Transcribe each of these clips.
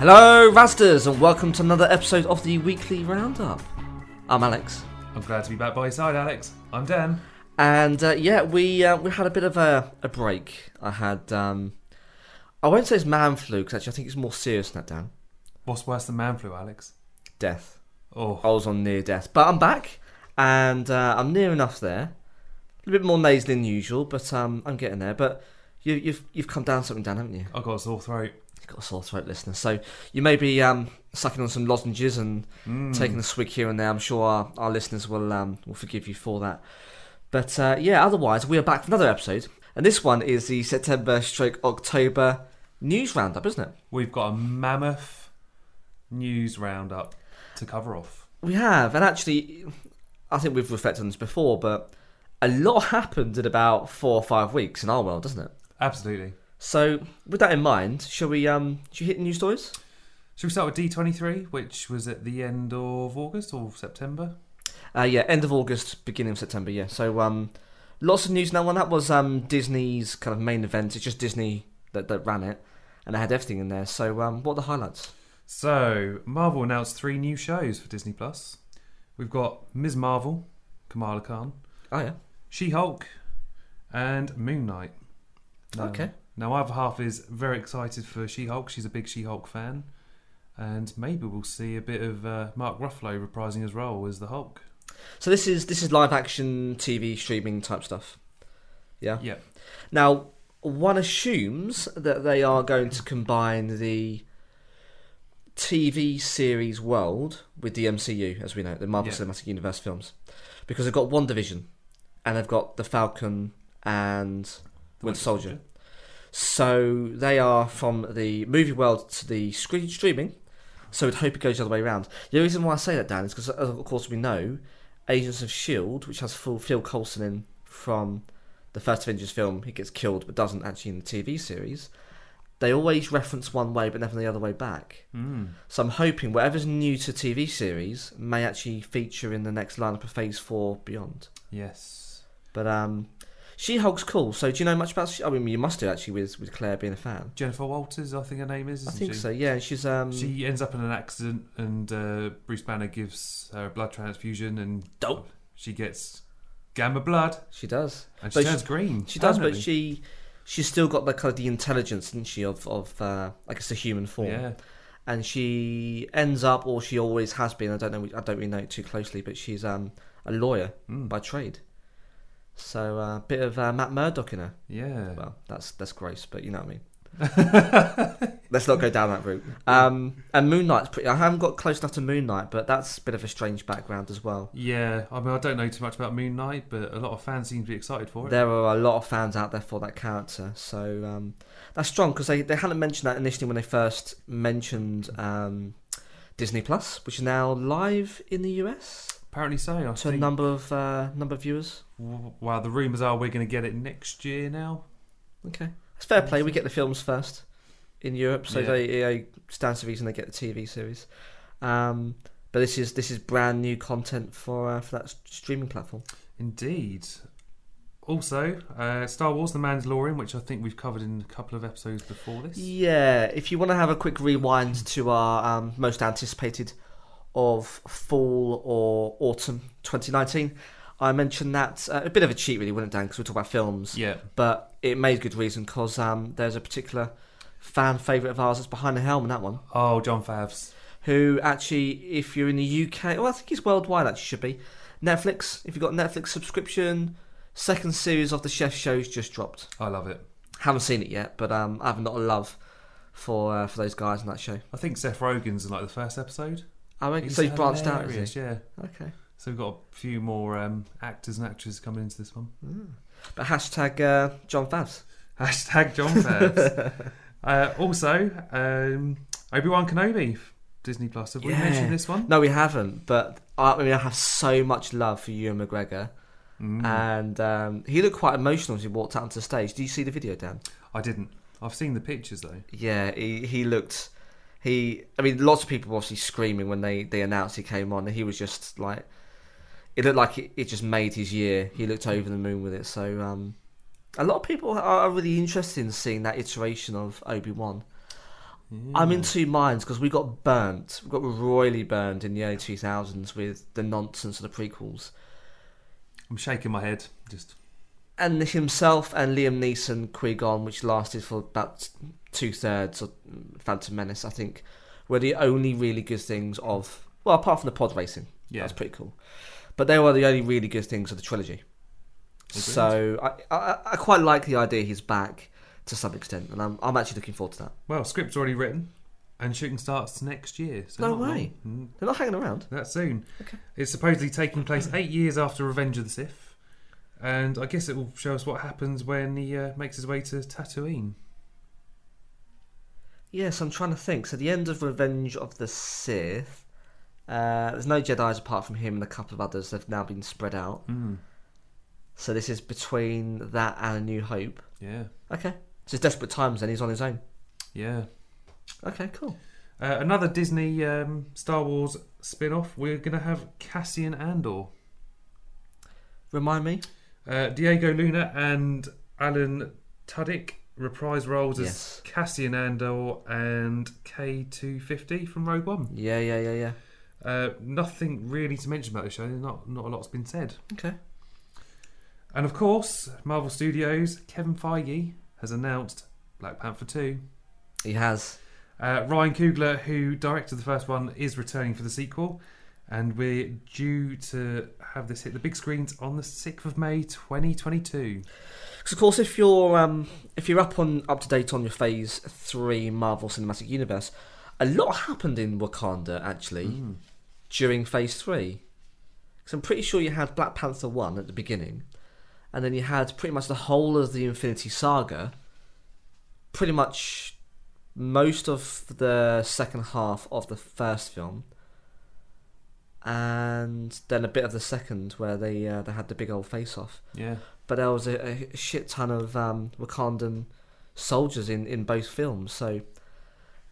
Hello, Razders, and welcome to another episode of the Weekly Roundup. I'm Alex, I'm glad to be back by your side, Alex. I'm Dan. and uh, yeah, we uh, we had a bit of a, a break. I had um, I won't say it's man flu because actually I think it's more serious than that. Dan, What's worse than man flu, Alex? death. Oh, I was on near death, but I'm back, and uh, I'm near enough there. A little bit more nasally than usual, but um, I'm getting there. But you, you've you've come down something, Dan, haven't you? I got a sore throat. You've got a sore throat, listener. So you may be um, sucking on some lozenges and Mm. taking a swig here and there. I'm sure our, our listeners will um, will forgive you for that. But uh, yeah, otherwise we are back for another episode, and this one is the September stroke October news roundup, isn't it? We've got a mammoth news roundup to cover off. We have, and actually, I think we've reflected on this before, but a lot happened in about four or five weeks in our world, doesn't it? Absolutely. So with that in mind, shall we um shall we hit the news stories? Should we start with D23, which was at the end of August or September? Uh, yeah, end of August, beginning of September. Yeah, so um, lots of news now. One that was um Disney's kind of main event. It's just Disney that, that ran it, and they had everything in there. So um, what are the highlights? So, Marvel announced three new shows for Disney Plus. We've got Ms. Marvel, Kamala Khan, Oh yeah, She Hulk, and Moon Knight. Now- Okay. Now, my other half is very excited for She Hulk. She's a big She Hulk fan. And maybe we'll see a bit of uh, Mark Ruffalo reprising his role as the Hulk. so this is this is live action TV streaming type stuff. Yeah. Yeah. Now one assumes that they are going to combine the TV series world with the MCU, as we know, the Marvel Yeah. Cinematic Universe films, because they've got One Division, and they've got the Falcon and Winter Soldier. So they are from the movie world to the screen streaming. So we'd hope it goes the other way around. The reason why I say that, Dan, is because, of course, we know Agents of S.H.I.E.L.D., E which has full Phil Coulson in from the first Avengers film, he gets killed but doesn't actually in the TV series. They always reference one way but never the other way back. Mm. So I'm hoping whatever's new to TV series may actually feature in the next lineup of Phase 4 beyond. Yes. But um, She Hulk's cool. So do you know much about? She- I mean, you must do actually with with Claire being a fan. Jennifer Walters, I think her name is. Isn't I think she? so. Yeah, and she's um. She ends up in an accident, and uh, Bruce Banner gives her a blood transfusion, and Dope. she gets gamma blood, She does. and But she she- turns green. She does, but permanently. she she's still got the kind of the intelligence, isn't she, of of uh, I guess the human form. yeah, And she ends up, or she always has been. I don't know. I don't really know it too closely, but she's um a lawyer Mm. by trade. So a uh, bit of uh, Matt Murdock in her. yeah. Well, that's that's gross, but you know what I mean. Let's not go down that route. Um, and Moon Knight's pretty. I haven't got close enough to Moon Knight, but that's a bit of a strange background as well. Yeah, I mean, I don't know too much about Moon Knight, but a lot of fans seem to be excited for it. There are a lot of fans out there for that character, so um, that's strong because they, they hadn't mentioned that initially when they first mentioned um, Disney Plus, which is now live in the US Apparently so. I to a think- number of uh, number of viewers. w- Well, the rumours are we're going to get it next year now. Okay, it's fair play. We get the films first in Europe, so Yeah. they EA stands to reason they get the TV series. Um, but this is this is brand new content for uh, for that s- streaming platform. Indeed. Also, uh, Star Wars The Mandalorian, which I think we've covered in a couple of episodes before this. Yeah, if you want to have a quick rewind to our um, most anticipated of fall or autumn 2019, I mentioned that uh, a bit of a cheat, really, wasn't it, Dan? Because we talk about films, Yeah. but it made good reason because um, there's a particular fan favourite of ours that's behind the helm in that one. Oh, John Favs. who actually, if you're in the UK, well, I think it's worldwide actually should be Netflix. If you've got Netflix subscription, second series of the Chef Show's just dropped. I love it. Haven't seen it yet, but um, I have not a love for uh, for those guys in that show. I think Seth Rogen's in like the first episode. I reckon He's so. He's branched out, is hilarious, he? Yeah. Okay. So we've got a few more um, actors and actresses coming into this one. Mm. But hashtag uh, John Favs. Hashtag John Favs. uh, also, um, Obi Wan Kenobi, Disney Plus. Have we Yeah. mentioned this one? No, we haven't. But I, I mean, I have so much love for Ewan McGregor, Mm. and um, he looked quite emotional as he walked out onto the stage. Do you see the video, Dan? I didn't. I've seen the pictures though. Yeah, he, he looked. He, I mean, lots of people were obviously screaming when they, they announced he came on. And he was just like, it looked like it, it just made his year. He looked over the moon with it. So, um, a lot of people are, are really interested in seeing that iteration of Obi Wan. I'm in two minds because we got burnt. We got royally burned in the early 2000s with the nonsense of the prequels. I'm shaking my head. Just And himself and Liam Neeson, Qui Gon, which lasted for about two thirds of Phantom Menace, I think, were the only really good things of. Well, apart from the pod racing. yeah, That's pretty cool. But they were the only really good things of the trilogy. Agreed. So I, I, I quite like the idea he's back to some extent, and I'm, I'm actually looking forward to that. well, script's already written, and shooting starts next year. So No not long. way. Mm, They're not hanging around. that soon. Okay. It's supposedly taking place eight years after Revenge of the Sith, and I guess it will show us what happens when he uh, makes his way to Tatooine. Yes, I'm trying to think. So the end of Revenge of the Sith. Uh, there's no Jedi's apart from him and a couple of others. They've now been spread out. Mm. So this is between that and A New Hope. Yeah, Okay. It's just desperate times. Then he's on his own. yeah. Okay, cool. Uh, another Disney um, Star Wars spin-off. We're going to have Cassian Andor. Remind me. Uh, Diego Luna and Alan Tudyk reprise roles as Yes. Cassian Andor and K250 from Rogue One. Yeah, yeah, yeah, yeah. Uh, nothing really to mention about the show. Not not a lot's been said. Okay. And of course, Marvel Studios Kevin Feige has announced Black Panther 2. He has. Uh, Ryan Coogler, who directed the first one, is returning for the sequel, and we're due to have this hit the big screens on the sixth of May, twenty twenty two. Because of course, if you're um, if you're up on up to date on your Phase Three Marvel Cinematic Universe, a lot happened in Wakanda actually during Phase Three. Because I'm pretty sure you had Black Panther One at the beginning, and then you had pretty much the whole of the Infinity Saga. Pretty much most of the second half of the first film. And then a bit of the second, where they uh, they had the big old face off Yeah, but there was a, a shit ton of um, Wakandan soldiers in, in both films. So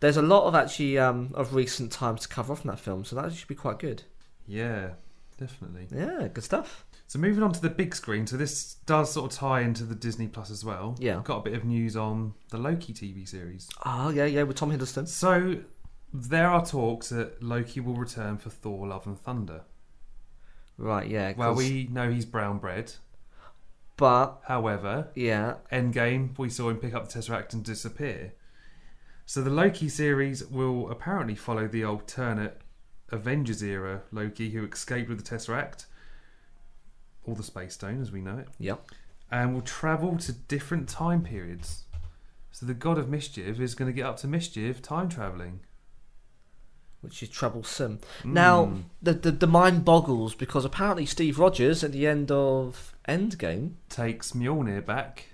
there's a lot of actually um, of recent times to cover off in that film. So that should be quite good. yeah, definitely. Yeah, good stuff. So moving on to the big screen. So this does sort of tie into the Disney Plus as well. Yeah. We've got a bit of news on the Loki TV series. Oh yeah, yeah, with Tom Hiddleston. So there are talks that Loki will return for Thor: Love and Thunder. Right, yeah. 'cause- Well, we know he's brown bread. But However, yeah, Endgame, we saw him pick up the Tesseract and disappear. So the Loki series will apparently follow the alternate Avengers era Loki who escaped with the Tesseract, or the Space Stone as we know it, yeah. and will travel to different time periods. So the God of Mischief is going to get up to mischief time traveling. Which is troublesome. Hmm. Now the, the the mind boggles because apparently Steve Rogers at the end of Endgame takes Mjolnir back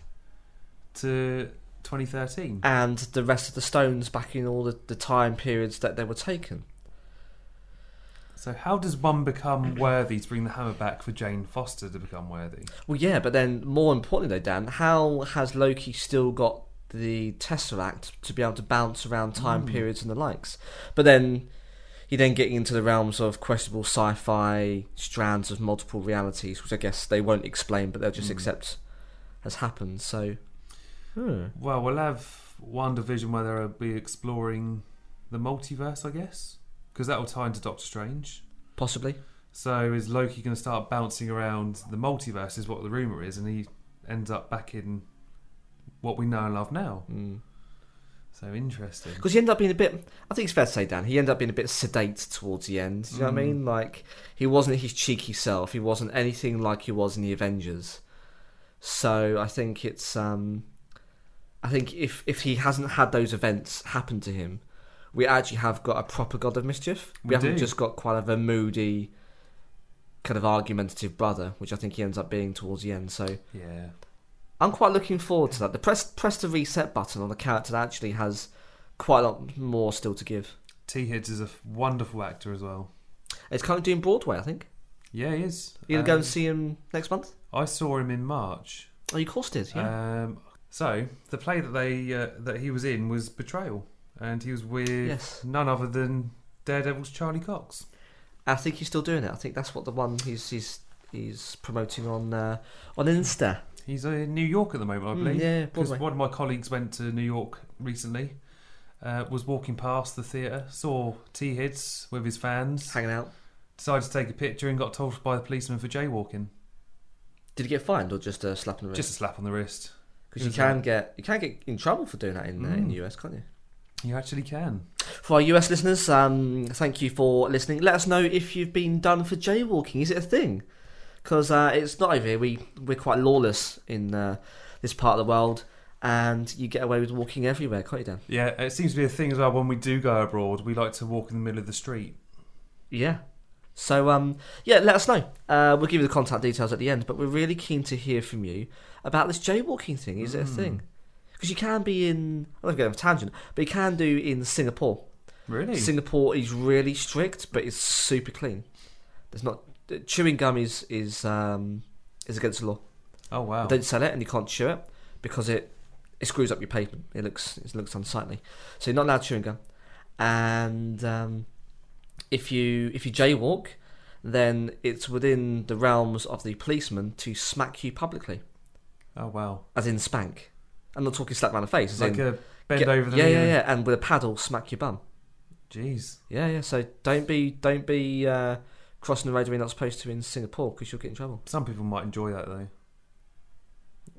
to 2013. and the rest of the stones back in all the, the time periods that they were taken. So how does one become worthy to bring the hammer back for Jane Foster to become worthy? Well, yeah, but then more importantly, though, Dan, how has Loki still got the Tesseract to be able to bounce around time periods and the likes? But then you're then getting into the realms of questionable sci-fi strands of multiple realities, which I guess they won't explain, but they'll just accept has happened. So, Well, we'll have one division where they'll be exploring the multiverse, I guess, because that will tie into Doctor Strange. possibly, So is Loki going to start bouncing around the multiverse? Is what the rumor is, and he ends up back in what we know and love now. because So interesting. he ended up being a bit. I think it's fair to say, Dan, he ended up being a bit sedate towards the end. Do you know what I mean? Like he wasn't his cheeky self. He wasn't anything like he was in the Avengers. So I think it's um I think if if he hasn't had those events happen to him, we actually have got a proper god of mischief. We, We haven't do. just got quite of a moody kind of argumentative brother, which I think he ends up being towards the end. So Yeah, I'm quite looking forward to that. The press press the reset button on the character that actually has quite a lot more still to give. T. Hibbs is a f- wonderful actor as well. It's currently doing Broadway, I think. Yeah, he is. You're gonna go Um, and see him next month? I saw him in March. Oh you of course did, yeah. Um, so the play that they uh, that he was in was Betrayal, and he was with Yes. none other than Daredevil's Charlie Cox. I think he's still doing it. I think that's what the one he's he's he's promoting on uh, on Insta. He's uh, in New York at the moment, I believe. Hmm, yeah, Because Broadway. one of my colleagues went to New York recently, uh, was walking past the theatre, saw T Hids with his fans, hanging out. decided to take a picture, and got told by the policeman for jaywalking. Did he get fined or just a slap in the Just a wrist? slap on the wrist. Because you can get you can get in trouble for doing that in uh, in the US, can't you? You actually can. For our US listeners, um, thank you for listening. Let us know if you've been done for jaywalking. Is it a thing? Because uh, it's not over here. We we're quite lawless in uh, this part of the world, and you get away with walking everywhere, can't you, Dan? Yeah, it seems to be a thing as well when we do go abroad. We like to walk in the middle of the street. Yeah. So um, yeah, let us know. Uh, we'll give you the contact details at the end, but we're really keen to hear from you about this jaywalking thing. Is it a thing? Because you can be in. I don't go on a tangent, but you can do in Singapore. Really? Singapore is really strict, but it's super clean. There's not chewing gum is is um, is against the law. oh wow. Don't sell it, and you can't chew it because it it screws up your pavement. It looks it looks unsightly. So you're not allowed chewing gum. And um, if you if you jaywalk, then it's within the realms of the policeman to smack you publicly, Oh wow. as in spank. I'm not talking slap around the face. As Like in, a bend get- over the yeah, knee. yeah, yeah, and with a paddle smack your bum. Jeez. Yeah, yeah. So don't be don't be uh, crossing the road when you're not supposed to in Singapore because you'll get in trouble. Some people might enjoy that though.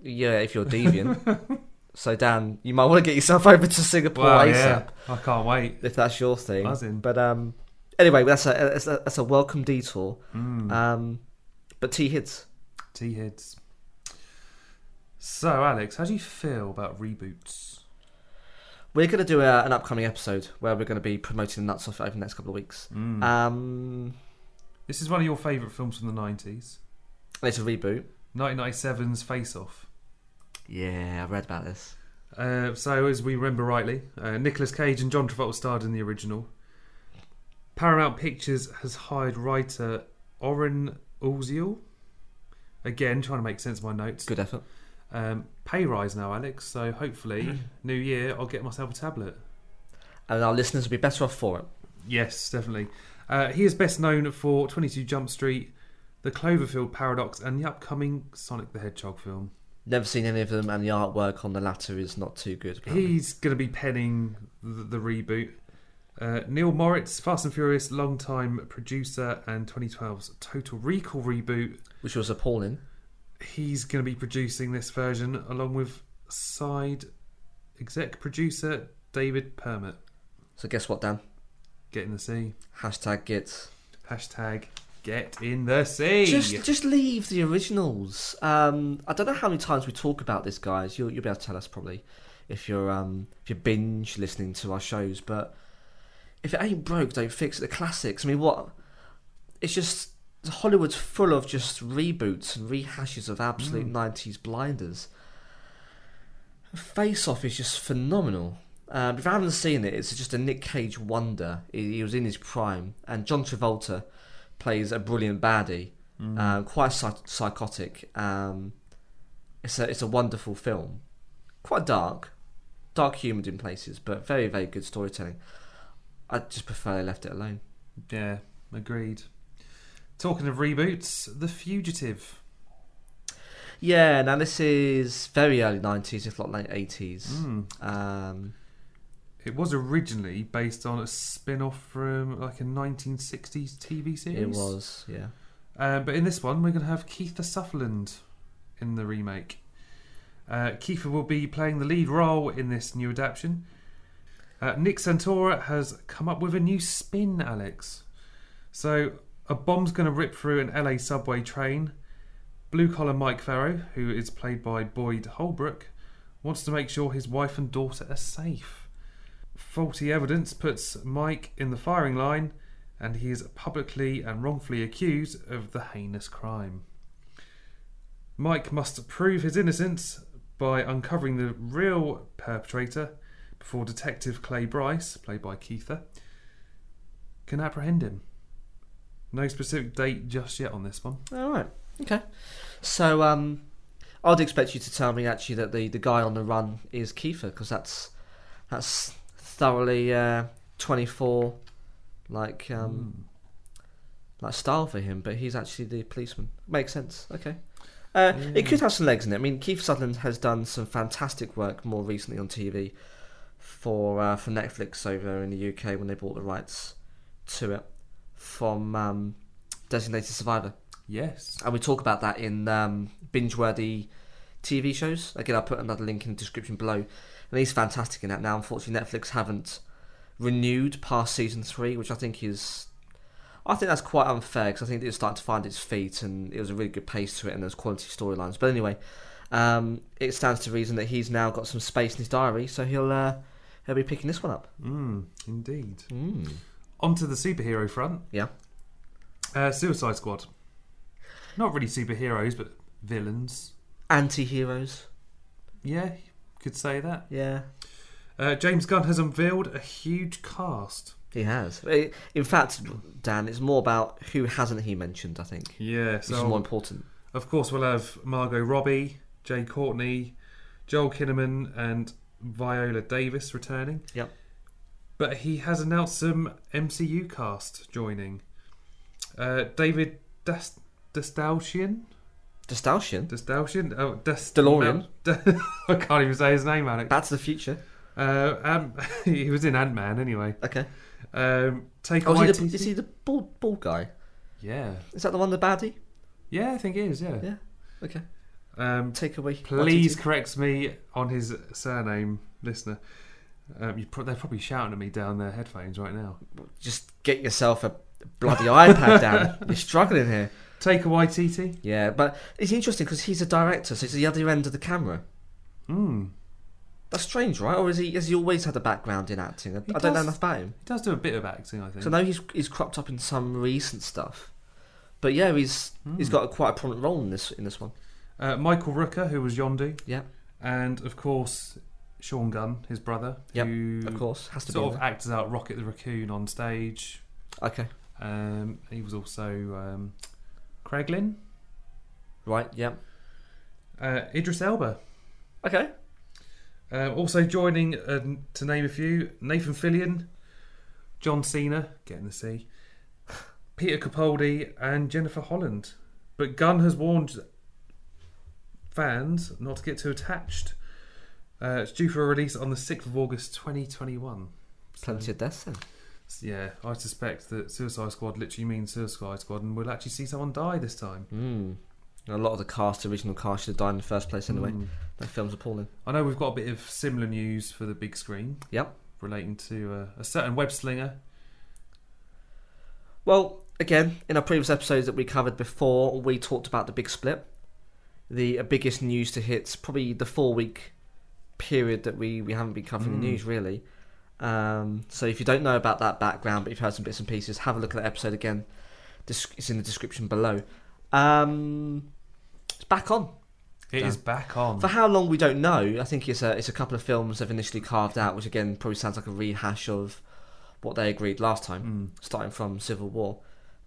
Yeah, if you're deviant. so Dan, you might want to get yourself over to Singapore ASAP yeah. I can't wait. if that's your thing. As in. But um, anyway, that's a that's a, that's a welcome detour. Mm. Um, but T hits. T heads. So Alex, how do you feel about reboots? We're going to do a, an upcoming episode where we're going to be promoting the nuts off over the next couple of weeks. Mm. Um, this is one of your favourite films from the nineties. it's a reboot. 1997's Face Off. Yeah, I read about this. Uh, so, as we remember rightly, uh, Nicolas Cage and John Travolta starred in the original. Paramount Pictures has hired writer Oren Uziel. Again, trying to make sense of my notes. Good effort. Um, pay rise now, Alex. So hopefully, New Year, I'll get myself a tablet. And our listeners will be better off for it. Yes, definitely. Uh, he is best known for 22 Jump Street, The Cloverfield Paradox, and the upcoming Sonic the Hedgehog film. Never seen any of them, and the artwork on the latter is not too good. apparently. He's going to be penning the, the reboot. Uh, Neil Moritz, Fast and Furious, long-time producer, and 2012's Total Recall reboot. which was appalling. He's going to be producing this version along with side exec producer David Permit. So guess what, Dan? Get in the sea. Hashtag gets. Hashtag get in the sea. Just, just leave the originals. Um, I don't know how many times we talk about this, guys. You'll, you'll be able to tell us probably if you're um, if you're binge listening to our shows. But if it ain't broke, don't fix it. The classics. I mean, what? It's just Hollywood's full of just reboots and rehashes of absolute '90s blinders. Face Off is just phenomenal. Um, if you haven't seen it, it's just a Nick Cage wonder. He, he was in his prime, and John Travolta plays a brilliant baddie, um, quite psych- psychotic. Um, it's a it's a wonderful film, quite dark, dark humoured in places, but very very good storytelling. I just prefer they left it alone. yeah, agreed. Talking of reboots, The Fugitive. Yeah, now this is very early nineties, if not late eighties. Hmm. Um, It was originally based on a spin-off from like a 1960s TV series. it was yeah. Um, but in this one, we're going to have Keitha Sutherland in the remake. Uh, Keitha will be playing the lead role in this new adaptation. Uh, Nick Santora has come up with a new spin, Alex. So, a bomb's going to rip through an LA subway train. Blue collar Mike Farrow, who is played by Boyd Holbrook, wants to make sure his wife and daughter are safe. Faulty evidence puts Mike in the firing line, and he is publicly and wrongfully accused of the heinous crime. Mike must prove his innocence by uncovering the real perpetrator before Detective Clay Bryce, played by Keitha, can apprehend him. No specific date just yet on this one. All right. Okay. So um, I'd expect you to tell me actually that the, the guy on the run is Kiefer because that's that's thoroughly uh, twenty four like um, like style for him, but he's actually the policeman. Makes sense. Okay. Uh, It could have some legs in it. I mean, Keith Sutherland has done some fantastic work more recently on TV. for uh, for Netflix over in the UK when they bought the rights to it from um, Designated Survivor, Yes. and we talk about that in um, binge-worthy TV shows. Again, I'll put another link in the description below. And he's fantastic in that. Now, unfortunately, Netflix haven't renewed past season three, which I think is, I think that's quite unfair because I think it's starting to find its feet, and it was a really good pace to it, and there's quality storylines. But anyway, um, it stands to reason that he's now got some space in his diary, so he'll uh, he'll be picking this one up. Mm, indeed. Mm. Onto the superhero front. Yeah. Uh, Suicide Squad. Not really superheroes, but villains. Anti-heroes, Yeah, you could say that. yeah. Uh, James Gunn has unveiled a huge cast. He has. I- In fact, Dan, it's more about who hasn't he mentioned, I think. Yeah, Which is more so important. of course we'll have Margot Robbie, Jay Courtney, Joel Kinnaman, and Viola Davis returning. Yep. But he has announced some MCU cast joining. Uh, David Dast- Dastalchian? Distalcian. Dastalchian? Oh, Dast- DeLorean. Da- I can't even say his name, Alex. Back to the future. Uh, um, he was in Ant Man anyway. Okay. Um, take Oh, away. is he, the, is he the bald, bald guy? Yeah, Is that the one, the baddie? yeah, I think he is. Yeah. Yeah. Okay. Um, Take away. please Waititi. correct me on his surname, listener. Um, you pro- they're probably shouting at me down their headphones right now. Just get yourself a bloody iPad, Dan. You're struggling here. Take away, TT. Yeah, but it's interesting because he's a director, so he's the other end of the camera. Hmm. That's strange, right? Or is he? Has he always had a background in acting? I, He I don't know does. enough about him. He does do a bit of acting, I think. So now he's he's cropped up in some recent stuff, but yeah, he's Hmm. he's got a, quite a prominent role in this in this one. uh, Michael Rooker, who was Yondu, Yeah, and of course Sean Gunn, his brother, Yep, who of course, has to be. in Mm. sort of there. acted out Rocket the Raccoon on stage. Okay, Um, he was also um, Craiglin. right. Yeah. Uh, Idris Elba. Okay. Um, also joining, uh, to name a few, Nathan Fillion, John Cena, getting the C, Peter Capaldi, and Jennifer Holland. But Gunn has warned fans not to get too attached. Uh, it's due for a release on the 6th of August 2021. Plenty of deaths then. Yeah, I suspect that Suicide Squad literally means Suicide Squad, and we'll actually see someone die this time. Mm. A lot of the cast, the original cast, should have died in the first place anyway. Mm. That film's appalling. I know we've got a bit of similar news for the big screen. Yep. Relating to uh, a certain web slinger. Well, again, in our previous episodes that we covered before, we talked about the big split. The uh, biggest news to hit's probably the four week period that we, we haven't been covering the Mm. news really. Um, so if you don't know about that background, but you've heard some bits and pieces, have a look at that episode again. Dis- It's in the description below. Um, it's back on. It is Done. back on. For how long we don't know. I think it's a it's a couple of films they've initially carved out, which again probably sounds like a rehash of what they agreed last time Mm. starting from Civil War.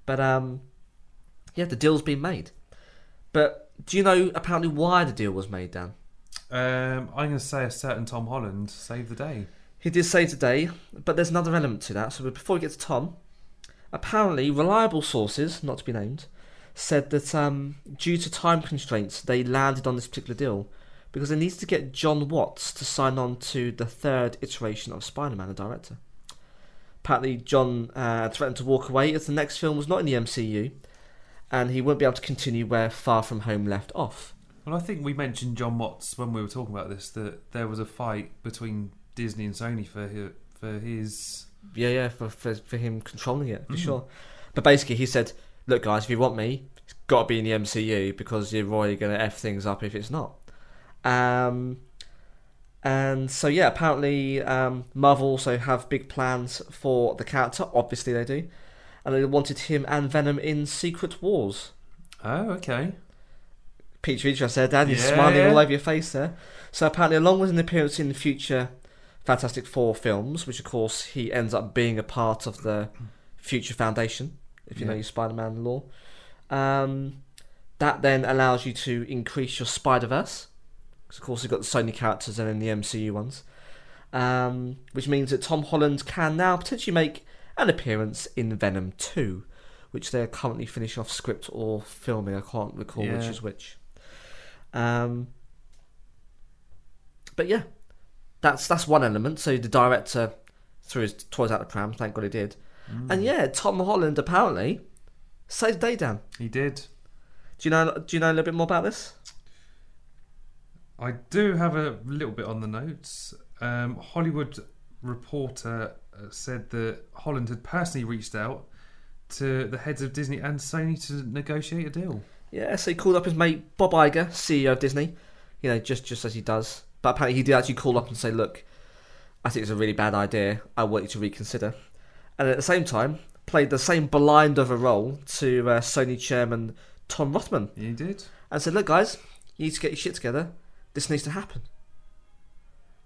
But um, yeah, the deal's been made. But do you know apparently why the deal was made, Dan? Um, I'm going to say a certain Tom Holland saved the day. He did say today, but there's another element to that. So before we get to Tom, apparently reliable sources, not to be named, said that um, due to time constraints, they landed on this particular deal because they needed to get John Watts to sign on to the third iteration of Spider-Man, the director. Apparently, John uh, threatened to walk away as the next film was not in the MCU, and he wouldn't be able to continue where Far From Home left off. Well, I think we mentioned John Watts when we were talking about this that there was a fight between Disney and Sony for his, for his. Yeah, yeah, for for, for him controlling it for Mm. sure. But basically, he said, "Look, guys, if you want me, it's got to be in the MCU because you're really going to f things up if it's not." Um, and so yeah, apparently um, Marvel also have big plans for the character. Obviously, they do, and they wanted him and Venom in Secret Wars. Oh, okay. Peter Idris there, Dad. You're Yeah, smiling yeah. all over your face there. So apparently, along with an appearance in the future Fantastic Four films, which of course he ends up being a part of the Future Foundation, if you know Yeah. your Spider-Man lore. Um, that then allows you to increase your Spider-Verse, 'cause of course you've got the Sony characters and then the MCU ones, um, which means that Tom Holland can now potentially make an appearance in Venom Two, which they're currently finishing off script or filming. I can't recall which Yeah. is which. Um, but yeah, That's that's one element. So the director threw his toys out the pram. Thank God he did. And yeah, Tom Holland apparently saved the day down. He did. Do you know? Do you know a little bit more about this? I do have a little bit on the notes. Um, Hollywood Reporter uh, said that Holland had personally reached out to the heads of Disney and Sony to negotiate a deal. Yeah, so he called up his mate Bob Iger, CEO of Disney, you know, just just as he does. But apparently he did actually call up and say, "Look, I think it's a really bad idea. I want you to reconsider." And at the same time, played the same blind of a role to uh, Sony chairman Tom Rothman He did. and said, "Look, guys, you need to get your shit together. This needs to happen."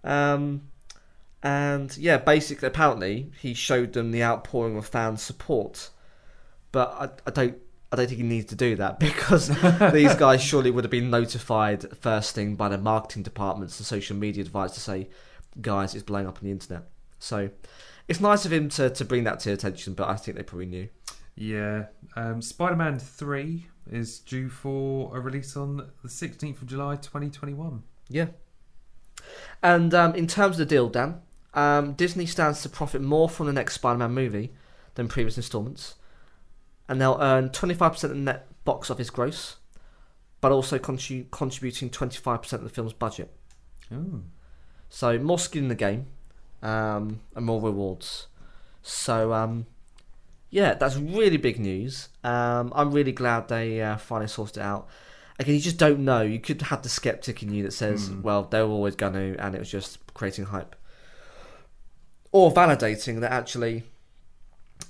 Um, and yeah, basically, apparently, he showed them the outpouring of fan support, but I, I don't. I don't think he needs to do that because these guys surely would have been notified first thing by the marketing departments and social media advice to say, guys, it's blowing up on the internet. So it's nice of him to, to bring that to their attention, but I think they probably knew. Yeah. Um, Spider Man 3 is due for a release on the 16th of July 2021. Yeah. And um, in terms of the deal, Dan, um, Disney stands to profit more from the next Spider Man movie than previous installments. And they'll earn 25% of the net box office gross, but also contri- contributing 25% of the film's budget. Ooh. So more skin in the game um, and more rewards. So, um, yeah, that's really big news. Um, I'm really glad they uh, finally sorted it out. Again, you just don't know. You could have the skeptic in you that says, Hmm. well, they were always going to, and it was just creating hype. Or validating that actually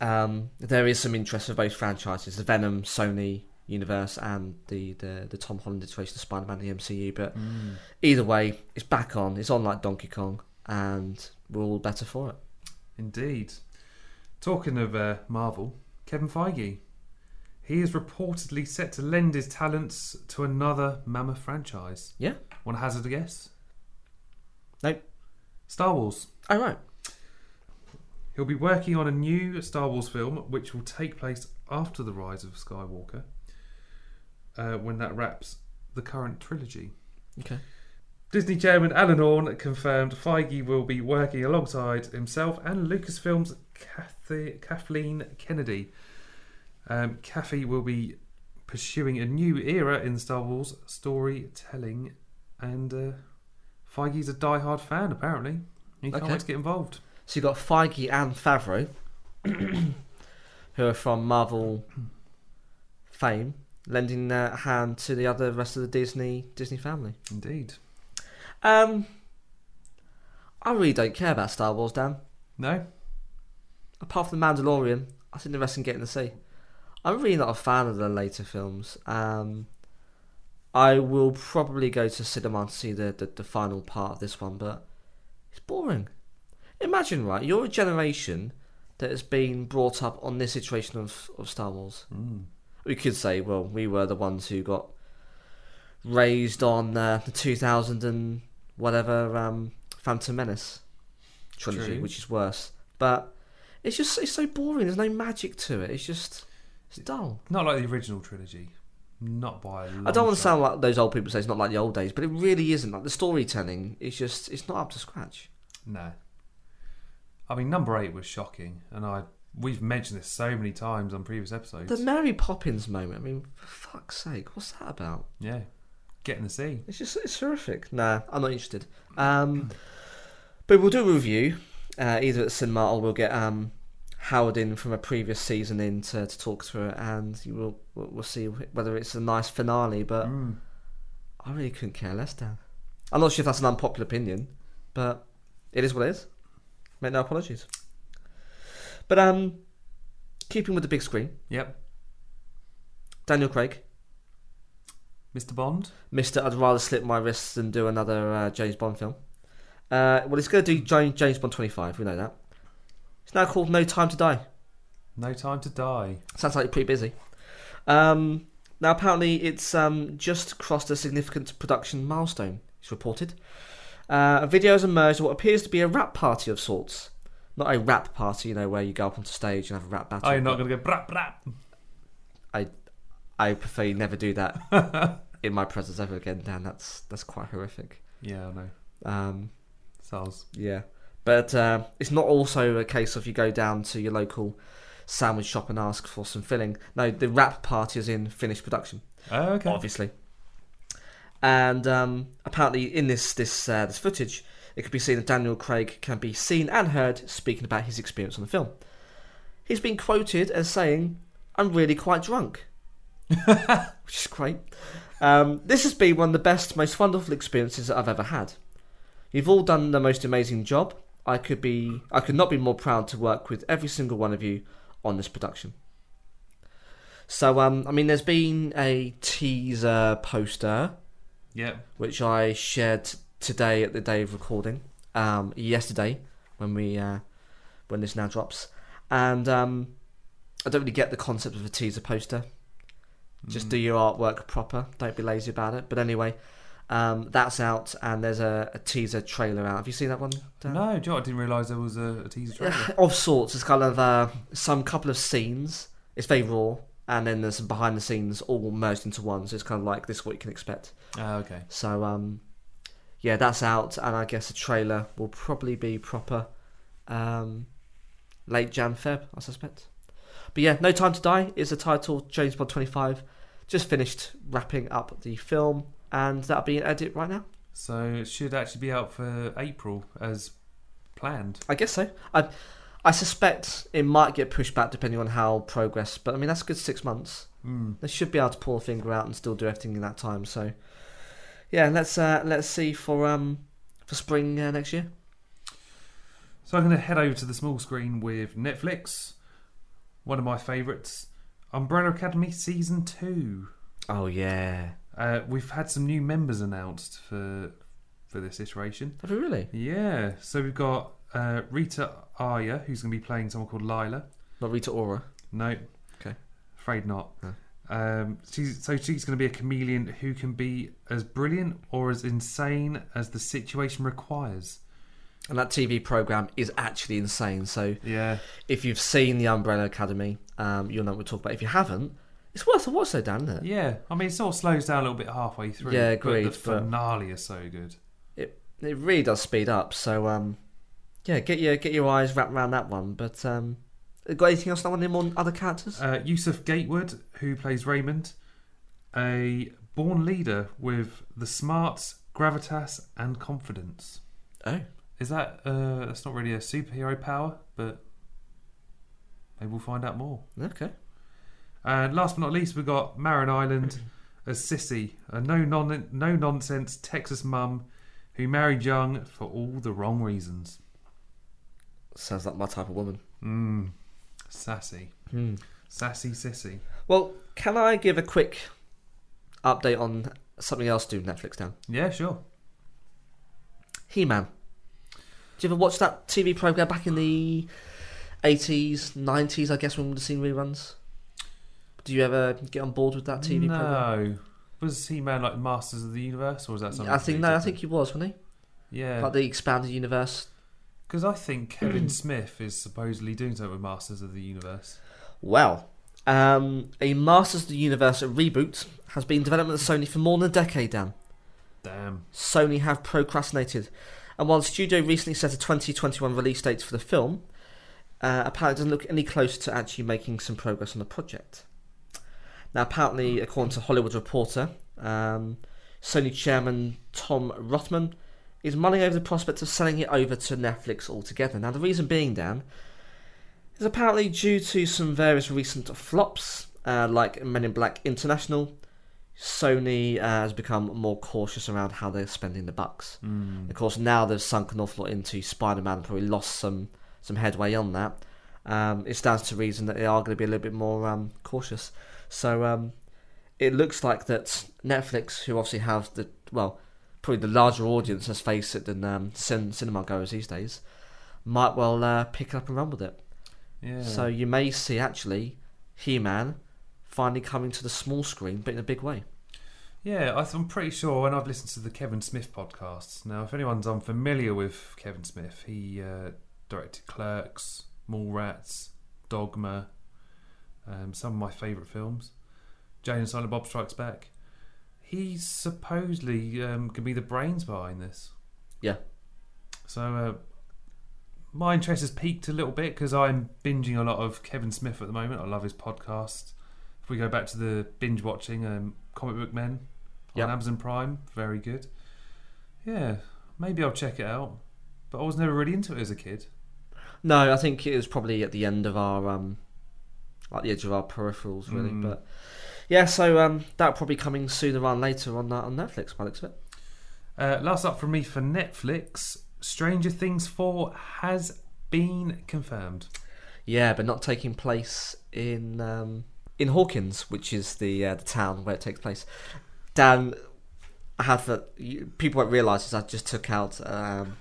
um, there is some interest for both franchises the Venom, Sony universe, and the, the, the Tom Holland iteration of Spider Man, the MCU. But Mm. either way, it's back on. It's on like Donkey Kong, and we're all better for it. Indeed. Talking of uh, Marvel, Kevin Feige. He is reportedly set to lend his talents to another mammoth franchise. Yeah. Want to hazard a guess? Nope. Star Wars. All right. He'll be working on a new Star Wars film, which will take place after the rise of Skywalker, uh, when that wraps the current trilogy. Okay. Disney chairman Alan Horn confirmed Feige will be working alongside himself and Lucasfilm's Kathy, Kathleen Kennedy. Um, Kathy will be pursuing a new era in Star Wars storytelling, and uh, Feige's a diehard fan apparently. He can't Okay. wait to get involved. So you got Feige and Favreau, who are from Marvel fame, lending their hand to the other rest of the Disney Disney family. Indeed. Um, I really don't care about Star Wars, Dan. No. Apart from the Mandalorian, I think the rest can get in the sea. I'm really not a fan of the later films. Um, I will probably go to cinema to see the, the, the final part of this one, but it's boring. Imagine, right, you're a generation that has been brought up on this iteration of, of Star Wars. Mm. We could say, well, we were the ones who got raised on uh, the 2000 and whatever um, Phantom Menace trilogy, True. which is worse. But it's just it's so boring. There's no magic to it. It's just it's dull. Not like the original trilogy. Not by. I I don't want to sound like those old people say it's not like the old days, but it really isn't. Like the storytelling, it's just it's not up to scratch. No. I mean, number eight was shocking, and I we've mentioned this so many times on previous episodes. The Mary Poppins moment. I mean, for fuck's sake, what's that about? Yeah, get in the sea. It's just it's horrific. Nah, I'm not interested. Um, but we'll do a review uh, either at the cinema or we'll get um, Howard in from a previous season in to, to talk through it, and you will we'll we'll see wh- whether it's a nice finale. But Mm. I really couldn't care less, Dan. I'm not sure if that's an unpopular opinion, but it is what it is. Make no apologies. But um, keeping with the big screen, Yep, Daniel Craig, Mr. Bond. Mister, I'd rather slip my wrists than do another uh, James Bond film. Uh, well, he's going to do Ja- James Bond 25. We know that. It's now called No Time to Die. No time to die. Sounds like you're pretty busy. Um, now, apparently, it's um, just crossed a significant production milestone, it's reported. Uh, a video has emerged of what appears to be a rap party of sorts. Not a rap party, you know, where you go up onto stage and have a rap battle. Oh, you're not going to go brap brap. I prefer you never do that in my presence ever again, Dan. That's, that's quite horrific. Yeah, I know. Um, Sounds. Yeah, but uh, it's not also a case of you go down to your local sandwich shop and ask for some filling. No, the wrap party is in finished production, Oh, okay. obviously. And um, apparently, in this this uh, this footage, it could be seen that Daniel Craig can be seen and heard speaking about his experience on the film. He's been quoted as saying, "I'm really quite drunk," which is great. Um, this has been one of the best, most wonderful experiences that I've ever had. You've all done the most amazing job. I could be, I could not be more proud to work with every single one of you on this production. So, um, I mean, there's been a teaser poster Yeah. which I shared today at the day of recording. Um, yesterday when we uh, when this now drops, and um, I don't really get the concept of a teaser poster. Just do your artwork proper. Don't be lazy about it. But anyway, um, that's out, and there's a, a teaser trailer out. Have you seen that one? Dan? No, do you know what? I didn't realise there was a, a teaser trailer. of sorts. It's kind of uh, some couple of scenes. It's very raw, and then there's some behind the scenes all merged into one. So it's kind of like this is what you can expect. oh, okay. So um, yeah, that's out, and I guess a trailer will probably be proper um, late Jan Feb, I suspect. But yeah, No Time to Die is the title. James Bond 25 just finished wrapping up the film, and that'll be an edit right now. So it should actually be out for April as planned. I guess so. I I suspect it might get pushed back depending on how progress, but I mean that's a good six months. Mm. They should be able to pull a finger out and still do everything in that time. So yeah, let's uh, let's see for um for spring uh, next year. So I'm going to head over to the small screen with Netflix. One of my favourites, Umbrella Academy season two. Oh yeah. Uh, we've had some new members announced for for this iteration. Have we really? Yeah, so we've got uh, Rita Aya, who's going to be playing someone called Lila. Not Rita Ora. No. Okay. Afraid not. No. Um, she's, so she's going to be a chameleon who can be as brilliant or as insane as the situation requires. And that TV program is actually insane. So Yeah. if you've seen The Umbrella Academy, um, you'll know what we're talking about. If you haven't, it's worth a watch though, Dan. Isn't it? Yeah. I mean, it sort of slows down a little bit halfway through. Yeah, But agreed, the but- finale is so good. It really does speed up. So um, yeah, get your get your eyes wrapped around that one. But um, got anything else? That one? Any more other characters? Uh, Yusuf Gatewood, who plays Raymond, a born leader with the smarts, gravitas, and confidence. oh, Is that uh that's not really a superhero power, but maybe we'll find out more. okay. And last but not least we've got Marin Island as Sissy, a no non no nonsense Texas mum who married young for all the wrong reasons. Sounds like my type of woman. Mmm. Sassy. Hmm. Sassy sissy. Well, can I give a quick update on something else to Netflix now? Yeah, sure. He Man. Do you ever watch that TV program back in the eighties, nineties? I guess when we would have seen reruns. Do you ever get on board with that TV no. program? Was he man like Masters of the Universe or was that something? I think no, I think he was, wasn't he? Yeah. Like the expanded universe. Because I think Kevin Smith is supposedly doing something with Masters of the Universe. Well, um, a Masters of the Universe reboot has been in development at Sony for more than a decade, Dan. Damn. Sony have procrastinated. And while the studio recently set a 2021 release date for the film, uh, apparently it doesn't look any closer to actually making some progress on the project. Now, apparently, according to Hollywood Reporter, um, Sony chairman Tom Rothman is mulling over the prospect of selling it over to Netflix altogether. Now, the reason being, Dan, is apparently due to some various recent flops, uh, like Men in Black International, Sony uh, has become more cautious around how they're spending the bucks. Mm. Of course, now they've sunk an awful lot into Spider-Man, and probably lost some some headway on that. Um, it stands to reason that they are going to be a little bit more um, cautious. So um, it looks like that Netflix, who obviously have the well, probably the larger audience, let's face it, than um, cin- cinema goers these days, might well uh, pick it up and run with it. Yeah. So you may see actually He-Man finally coming to the small screen, but in a big way. Yeah, I th- I'm pretty sure, and I've listened to the Kevin Smith podcasts. Now, if anyone's unfamiliar with Kevin Smith, he uh, directed Clerks, Mallrats, Dogma, um, some of my favourite films, Jane and Silent Bob Strikes Back. He's supposedly um, going to be the brains behind this. Yeah. So uh, my interest has peaked a little bit because I'm binging a lot of Kevin Smith at the moment. I love his podcast. If we go back to the binge watching, um, Comic Book Men on Yep. Amazon Prime, very good. Yeah, maybe I'll check it out. But I was never really into it as a kid. No, I think it was probably at the end of our um, like the edge of our peripherals, really. Mm. But yeah, so um, that'll probably coming sooner rather than later on that on Netflix, by the looks of it. Uh, last up from me for Netflix, Stranger Things 4 has been confirmed. Yeah, but not taking place in um, in Hawkins, which is the uh, the town where it takes place. Dan, I have that. you- People won't realise this. I just took out um,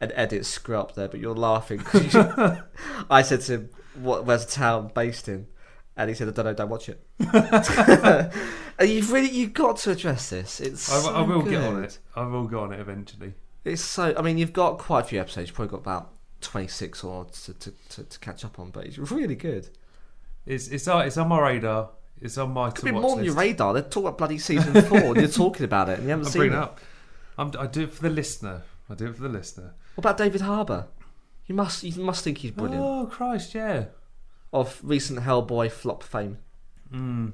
an edit screw up there, but you're laughing. 'cause you- I said to him, "What? Where's the town based in?" And he said, "I don't know. Don't watch it." and you've really you've got to address this. It's I, so I will get on good. it. I will go on it eventually. It's so. I mean, you've got quite a few episodes. You've probably got about twenty six or to, to, to, to catch up on, but it's really good. It's it's on, it's on my radar. It's on my Could to be watch more on your list. radar. They're talking about bloody season four, and you're talking about it, and you haven't I'm seen it. bringing it up. I'm, I do it for the listener. I do it for the listener. What about David Harbour? You must, you must think he's brilliant. Oh Christ, yeah. Of recent Hellboy flop fame. Mm.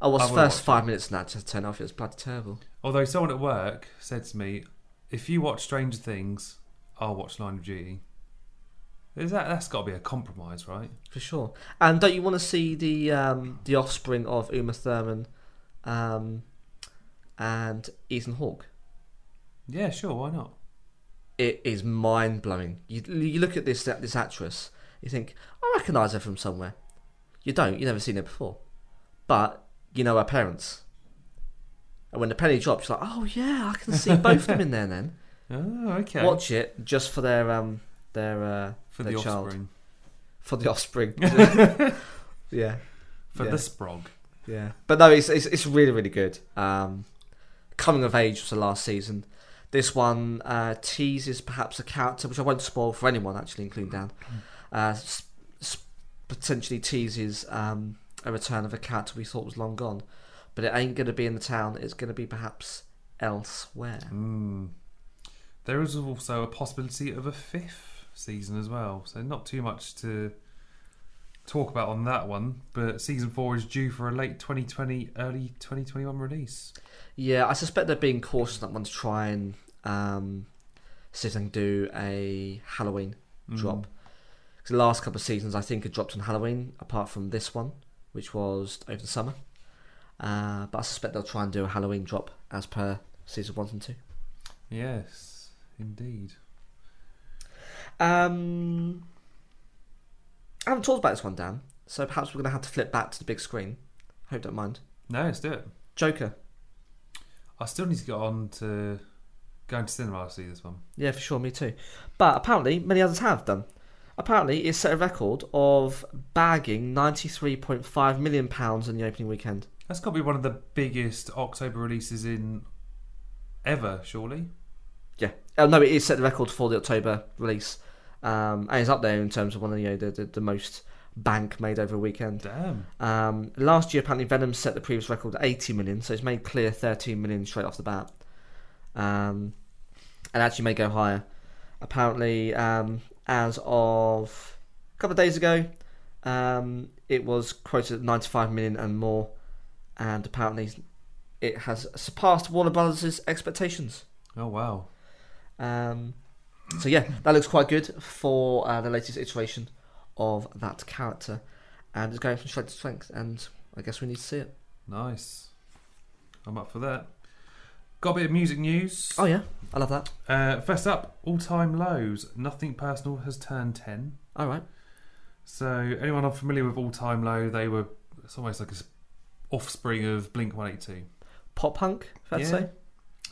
I was I will first watch five minutes and I had to turn off. It was bloody terrible. Although someone at work said to me, "If you watch Stranger Things, I'll watch Line of Duty." Is that that's got to be a compromise, right? For sure. And don't you want to see the um, the offspring of Uma Thurman um, and Ethan Hawke? Yeah, sure. Why not? It is mind blowing. You, you look at this this actress, you think I recognise her from somewhere. You don't. You've never seen her before, but you know her parents. And when the penny drops, you're like, oh yeah, I can see both of them in there. Then Oh, okay. watch it just for their um their uh for their the child. offspring, for the offspring. yeah. for Yeah. the sprog. Yeah, but no, it's it's, it's really really good. Um, Coming of Age was the last season. This one uh, teases perhaps a character, which I won't spoil for anyone, actually, including Dan. Uh, s- s- potentially teases um, a return of a character we thought was long gone, but it ain't going to be in the town. It's going to be perhaps elsewhere. Mm. There is also a possibility of a fifth season as well, so not too much to talk about on that one. But season four is due for a late 2020, early 2021 release. Yeah, I suspect they're being cautious on that one to try and um, see if they can do a Halloween drop. 'Cause the last couple of seasons, I think, had dropped on Halloween, apart from this one, which was over the summer. Uh, but I suspect they'll try and do a Halloween drop as per season one and two. Yes, indeed. Um, I haven't talked about this one, Dan, so perhaps we're going to have to flip back to the big screen. Hope you don't mind. No, let's do it. Joker. I still need to get on to going to cinema to see this one. Yeah, for sure, me too. But apparently, many others have done. Apparently, it's set a record of bagging £93.5 million in the opening weekend. That's got to be one of the biggest October releases in ever, surely. Yeah. Oh, no, it is set the record for the October release. Um, and it's up there in terms of one of the, you know, the, the, the most bank made over a weekend. Damn. Um, last year, apparently, Venom set the previous record at 80 million, so it's made clear 13 million straight off the bat. Um, and actually may go higher. Apparently, um, as of a couple of days ago, um, it was quoted at 95 million and more, and apparently it has surpassed Warner Brothers' expectations. Oh wow. Um, so yeah, that looks quite good for uh, the latest iteration of that character, and it's going from strength to strength. And I guess we need to see it. Nice. I'm up for that. Got a bit of music news. Oh yeah, I love that. Uh, first up, all time lows. Nothing personal has turned 10. All right, So, anyone unfamiliar with all time low, they were, it's almost like a s- offspring of Blink 182. pop punk, fair Yeah, to say,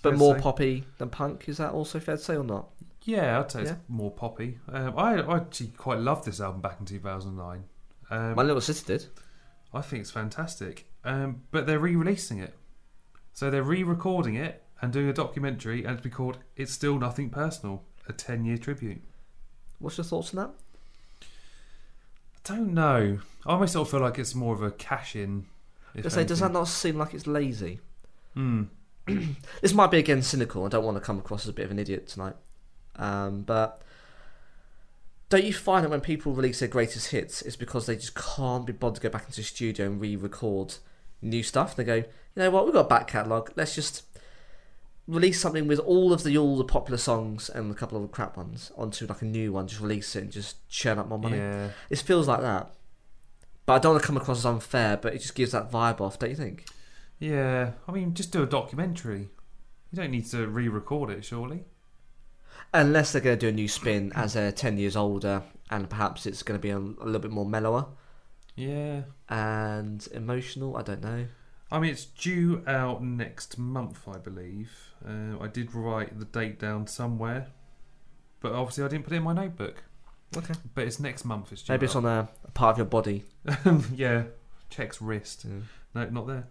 but to more say. poppy than punk. Is that also fair to say or not? Yeah, I'd say it's Yeah. more poppy. Um, I, I actually quite loved this album back in 2009. Um, My little sister did. I think it's fantastic. Um, but they're re releasing it. So, they're re recording it and doing a documentary, and it's be called It's Still Nothing Personal, a 10 year tribute. What's your thoughts on that? I don't know. I almost sort of feel like it's more of a cash in. if Just say, does that anything. not seem like it's lazy? Hmm. This might be again cynical. I don't want to come across as a bit of an idiot tonight. Um, but don't you find that when people release their greatest hits, it's because they just can't be bothered to go back into the studio and re-record new stuff? They go, you know what, we've got a back catalogue. Let's just release something with all of the all the popular songs and a couple of crap ones onto like a new one. Just release it and just churn up more money. Yeah. It feels like that. But I don't want to come across as unfair, but it just gives that vibe off, don't you think? Yeah. I mean, just do a documentary. You don't need to re-record it, surely. Unless they're going to do a new spin as they're 10 years older and perhaps it's going to be a, a little bit more mellower Yeah. and emotional. I don't know. I mean, it's due out next month, I believe. Uh, I did write the date down somewhere, but obviously I didn't put it in my notebook. Okay. But it's next month. It's due Maybe it's on a, a part of your body. on. yeah. Checks wrist. No, not there.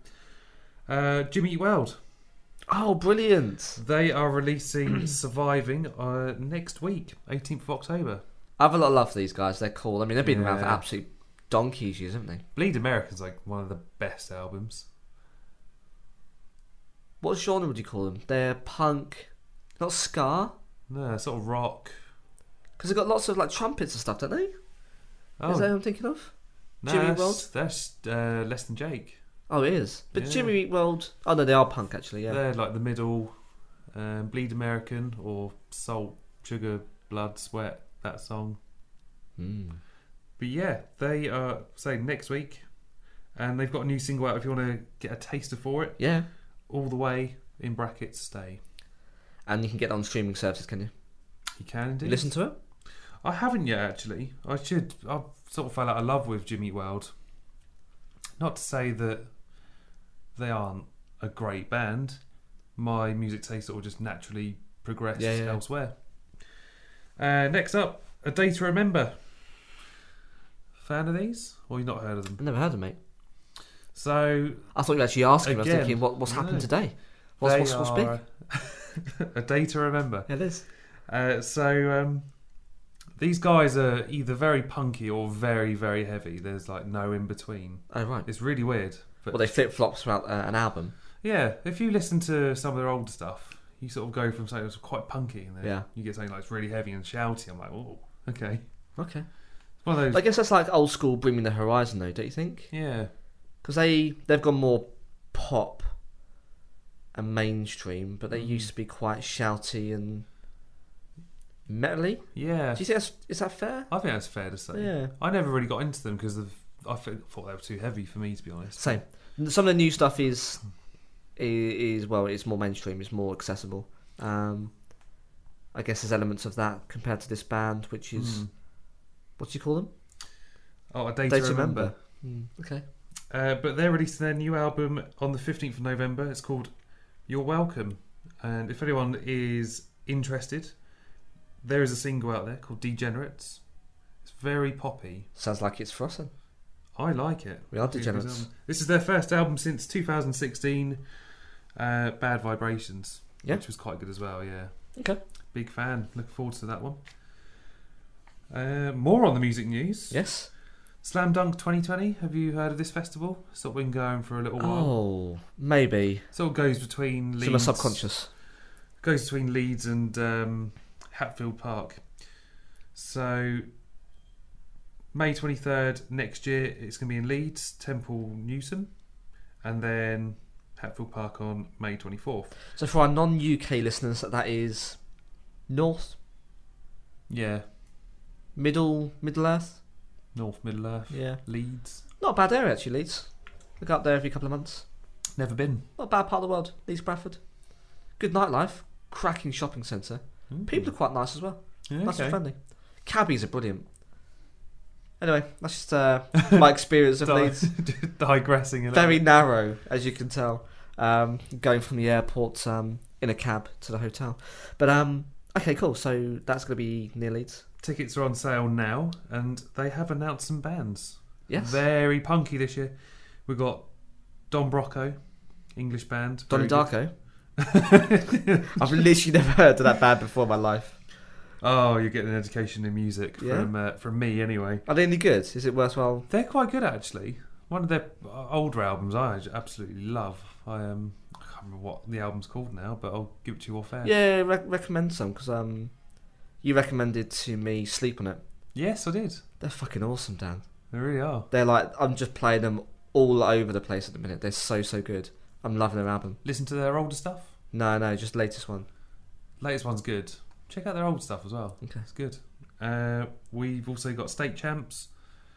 Uh, Jimmy Eat World. Oh, brilliant. They are releasing Surviving uh, next week, 18th of October. I have a lot of love for these guys. They're cool. I mean, they've been around for Yeah. absolute donkeys years, haven't they? Bleed America's like one of the best albums. What genre would you call them? They're punk, not ska, No, sort of rock. because they've got lots of like trumpets and stuff, don't they? Is that Oh, who I'm thinking of? no, Jimmy that's, World? That's uh, Less Than Jake. Oh, it is. But Yeah. Jimmy Eat World. Oh no, they are punk actually. Yeah. They're like the middle, um, bleed American or salt, sugar, blood, sweat. That song. Mm. But yeah, they are saying next week, and they've got a new single out. If you want to get a taster for it, Yeah. all the way in brackets stay. And you can get it on streaming services, can you? You can You indeed. listen to it. I haven't yet actually. I should. I have sort of fell out of love with Jimmy World. Not to say that they aren't a great band. My music taste sort of just naturally progressed Yeah, yeah. elsewhere. Uh, next up, a day to remember. Fan of these, or you not heard of them? I've never heard of mate. So I thought you were actually asking. me. I was Again. thinking, what, what's happened No. today? What's, they what's, what's big? are uh, a day to remember. It is. Uh, so um, these guys are either very punky or very very heavy. There's like no in between. Oh right. It's really weird. But Well, they flip flop throughout uh, an album. yeah, if you listen to some of their old stuff, you sort of go from something that's quite punky and then Yeah. you get something like it's really heavy and shouty. I'm like, oh, okay. Okay. It's one of those. I guess that's like old school Bringing the Horizon, though, don't you think? yeah, Because they they've gone more pop and mainstream, but they Mm. used to be quite shouty and metally. yeah. Do you think that's is that fair? I think that's fair to say. Yeah. I never really got into them because I fe- thought they were too heavy for me, to be honest. Same. Some of the new stuff is i- is well, it's more mainstream, it's more accessible. Um, I guess there's elements of that compared to this band, which is Mm. what do you call them? Oh, a day, Day to to remember. Remember. Mm, okay. Uh, but they're releasing their new album on the 15th of November. It's called You're Welcome. And if anyone is interested, there is a single out there called Degenerates. It's very poppy. Sounds like it's for us. Then. I like it. We are degenerates. This is their first album since 2016, uh, Bad Vibrations, Yeah. which was quite good as well, yeah. Okay. Big fan. Looking forward to that one. Uh, more on the music news. Yes. Slam Dunk 2020. Have you heard of this festival? It's sort of been going for a little while. Oh, maybe. Sort of goes between It's Leeds. in my subconscious. Goes between Leeds and um, Hatfield Park. So May twenty third next year, it's going to be in Leeds, Temple Newsom, and then Hatfield Park on May twenty fourth. So for our non-UK listeners, that is North, Yeah, Middle, Middle Earth. North Middle Earth, Yeah. Leeds. Not a bad area actually, Leeds. We go up there every couple of months. Never been. Not a bad part of the world, Leeds Bradford. Good nightlife, cracking shopping centre. People are quite nice as well. yeah, Nice Hmm. okay. and friendly. Cabbies are brilliant. Anyway, that's just uh, my experience of Di- Leeds. digressing a little. Very narrow, as you can tell. Um, going from the airport um, in a cab to the hotel. But um, okay, cool. So that's going to be near Leeds. Tickets are on sale now, and they have announced some bands. Yes. Very punky this year. We've got Don Brocco, English band. Donnie very good. Darko. I've literally never heard of that band before in my life. Oh, you're getting an education in music Yeah. from uh, from me anyway. Are they any good? Is it worthwhile? They're quite good actually. One of their uh, older albums I j- absolutely love. I um I can't remember what the album's called now, but I'll give it to you off air. Yeah, re- recommend some because um, You recommended to me Sleep on It. Yes, I did. They're fucking awesome, Dan. They really are. They're like I'm just playing them all over the place at the minute. They're so so good. I'm loving their album. Listen to their older stuff. No, no, just latest one. Latest one's good. Check out their old stuff as well. Okay. It's good. Uh, we've also got State Champs.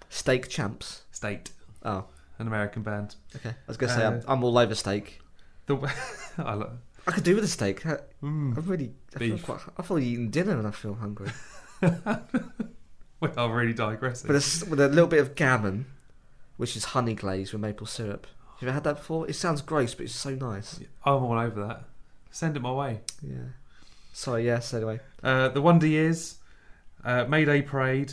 Steak Champs. State, Oh, an American band. okay. I was gonna say I'm, Uh, I'm all over steak. The I lo- I could do with a steak. I- mm. I'm really. I feel, Beef. quite, I feel like eating dinner and I feel hungry. We are really digressing. But it's with a little bit of gammon, which is honey glaze with maple syrup. Have you ever had that before? It sounds gross, but it's so nice. I'm all over that. Send it my way. Yeah. Sorry. Yes. Anyway. Uh, the Wonder Years, uh, Mayday Parade,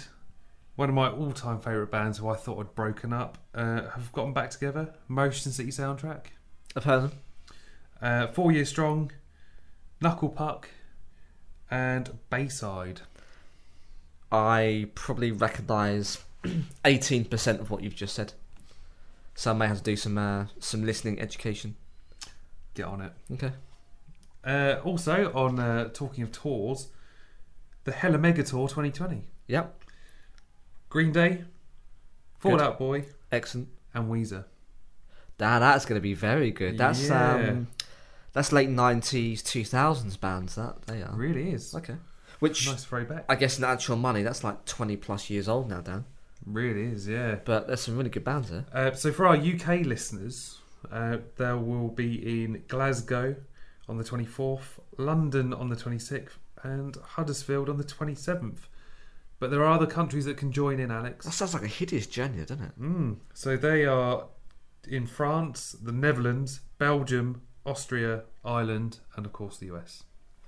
one of my all-time favourite bands who I thought had broken up, uh, have gotten back together. Motion City soundtrack, I've heard them. uh, Four Year Strong, Knuckle Puck, and Bayside. I probably recognise 18% of what you've just said. So I may have to do some uh, some listening education. Get on it. Okay. Uh, also, on uh, talking of tours, the Hella Mega Tour 2020. Yep. Green Day, Good. Fallout Boy, Excellent. and Weezer. That that's going to be very good. That's Yeah. um, that's late 90s, 2000s bands. That they are. Really is. Okay. Which Nice throwback. I guess in actual money, that's like 20 plus years old now, Dan. Really is, yeah. But there's some really good bands there. Uh, so for our UK listeners, uh, there will be in Glasgow on the 24th, London on the 26th, and Huddersfield on the 27th. But there are other countries that can join in, Alex. That sounds like a hideous journey, doesn't it? Mm. So they are in France, the Netherlands, Belgium, Austria, Ireland, and of course the US.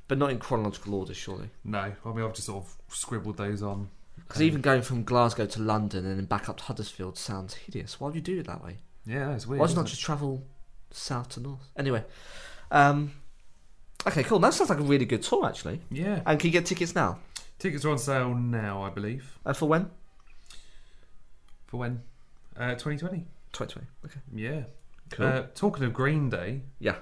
But not in chronological order, surely. No, I mean I've just sort of scribbled those on. Because even going from Glasgow to London and then back up to Huddersfield sounds hideous. Why would you do it that way? Yeah, that's weird. Why does isn't not it? just travel south to north? Anyway, um, okay, cool. That sounds like a really good tour, actually. Yeah, And can you get tickets now? tickets are on sale now, I believe. Uh, for when? For when? Uh, 2020. 2020. Okay, Yeah. cool. Uh, talking of Green Day. Yeah.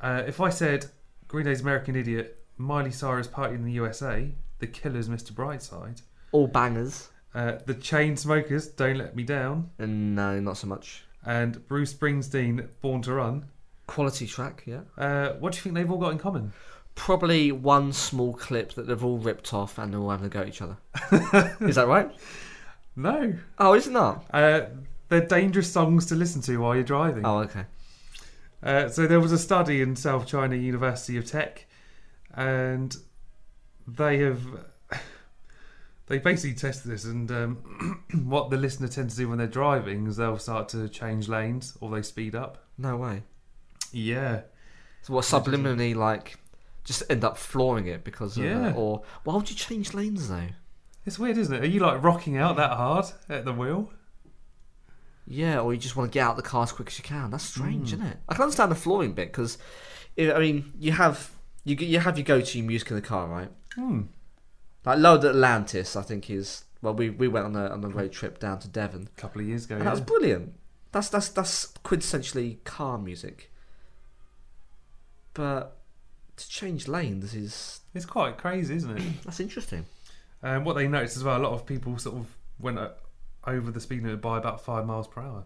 Uh, if I said Green Day's American Idiot, Miley Cyrus Party in the USA, The Killers, Mr. Brightside, All bangers. uh, The Chain Smokers, Don't Let Me Down, And no, not so much. and Bruce Springsteen, Born to Run, Quality track, yeah. uh, what do you think they've all got in common? Probably one small clip that they've all ripped off and they're all having a go at each other. Is that right? No. Oh, is it not? Uh, they're dangerous songs to listen to while you're driving. Oh, okay. Uh, so there was a study in South China University of Tech, and they have they basically tested this. And um, what the listener tends to do when they're driving is they'll start to change lanes or they speed up. No way. Yeah, So what subliminally like just end up flooring it because of Yeah. that, or why would you change lanes though? it's weird, isn't it? Are you like rocking out that hard at the wheel? Yeah, or you just want to get out the car as quick as you can. That's strange, isn't it? I can understand the flooring bit because I mean you have you g- you have your go to music in the car, right? Hmm. Like Load Atlantis, I think is well we we went on a on a road trip down to Devon. A couple of years ago, And that was yeah. brilliant. That's that's that's quintessentially car music. But to change lanes is it's quite crazy, isn't it? that's interesting. And what they noticed as well, a lot of people sort of went uh, over the speed limit by about five miles per hour.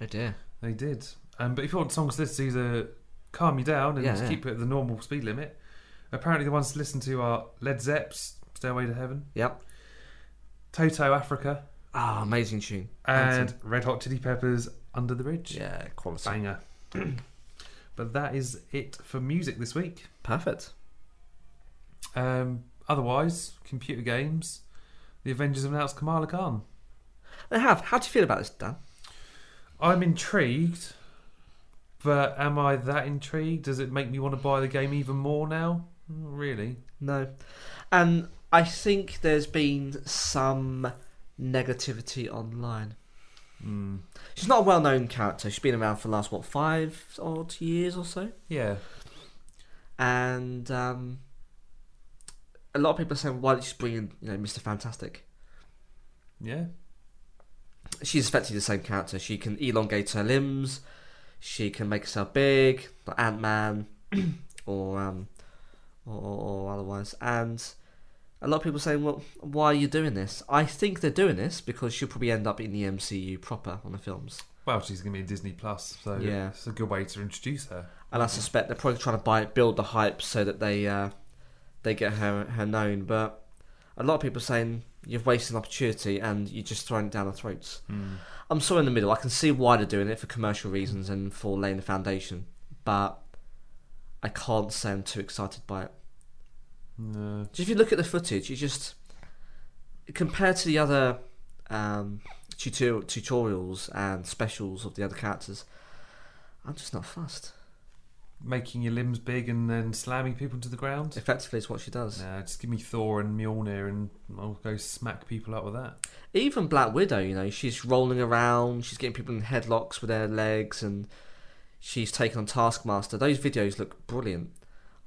Oh dear. They did. Um, but if you want songs to listen to that calm you down and Yeah, just yeah. keep it at the normal speed limit, apparently the ones to listen to are Led Zepp's Stairway to Heaven, Yep. Toto Africa, Ah, amazing tune. and Red Hot Chili Peppers Under the Ridge. Yeah, quality. Banger. but that is it for music this week. Perfect. Um, otherwise, computer games. The Avengers have announced Kamala Khan. They have. How do you feel about this, Dan? I'm intrigued, but am I that intrigued? Does it make me want to buy the game even more now? Not really. No. And I think there's been some negativity online. Mm. She's not a well known character. She's been around for the last, what, five odd years or so? Yeah. And um, a lot of people are saying, why don't you just bring in, you know, Mr. Fantastic? Yeah. She's effectively the same character. She can elongate her limbs, she can make herself big, like Ant Man, or, um, or, or otherwise. And a lot of people saying, "Well, why are you doing this?" I think they're doing this because she'll probably end up in the MCU proper on the films, Well, she's going to be in Disney Plus, so Yeah. it's a good way to introduce her. and I suspect they're probably trying to buy, build the hype so that they uh, they get her her known. But a lot of people saying you've wasted an opportunity and you're just throwing it down our throats. Hmm. I'm sort of in the middle. I can see why they're doing it for commercial reasons and for laying the foundation, but I can't say I'm too excited by it. No. Just if you look at the footage, you just compared to the other um, tutor- tutorials and specials of the other characters. I'm just not fussed. Making your limbs big and then slamming people to the ground. Effectively, it's what she does. Nah, just give me Thor and Mjolnir, and I'll go smack people up with that. Even Black Widow, you know, she's rolling around, she's getting people in headlocks with their legs, and she's taking on Taskmaster. Those videos look brilliant.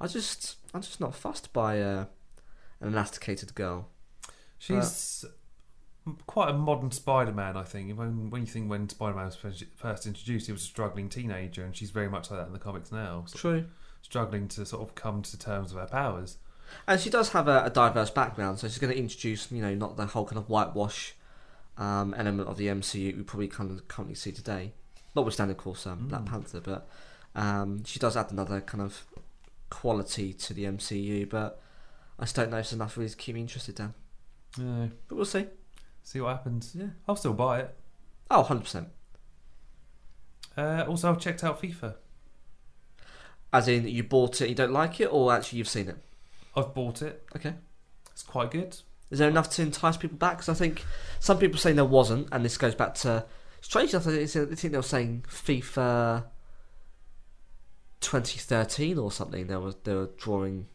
I just, I'm just not fussed by uh, an elasticated girl. She's quite a modern Spider-Man, I think. When, when you think when Spider-Man was first- first introduced, he was a struggling teenager, and she's very much like that in the comics now, sort of True. struggling to sort of come to terms with her powers. And she does have a, a diverse background, so she's going to introduce, you know, not the whole kind of whitewash um, element of the MCU we probably kind of currently see today. Notwithstanding, of course, um, Black Mm. Panther, but um, she does add another kind of quality to the MCU. But I just don't know if it's enough really to keep me interested, Dan. Yeah, But we'll see. see what happens. Yeah. I'll still buy it. Oh, 100%. Uh, also, I've checked out FIFA. As in, you bought it, you don't like it, or actually you've seen it? I've bought it. Okay. It's quite good. Is there enough to entice people back? Because I think some people saying there wasn't, and this goes back to strange enough. I think I think they were saying FIFA 2013 or something. They were they were drawing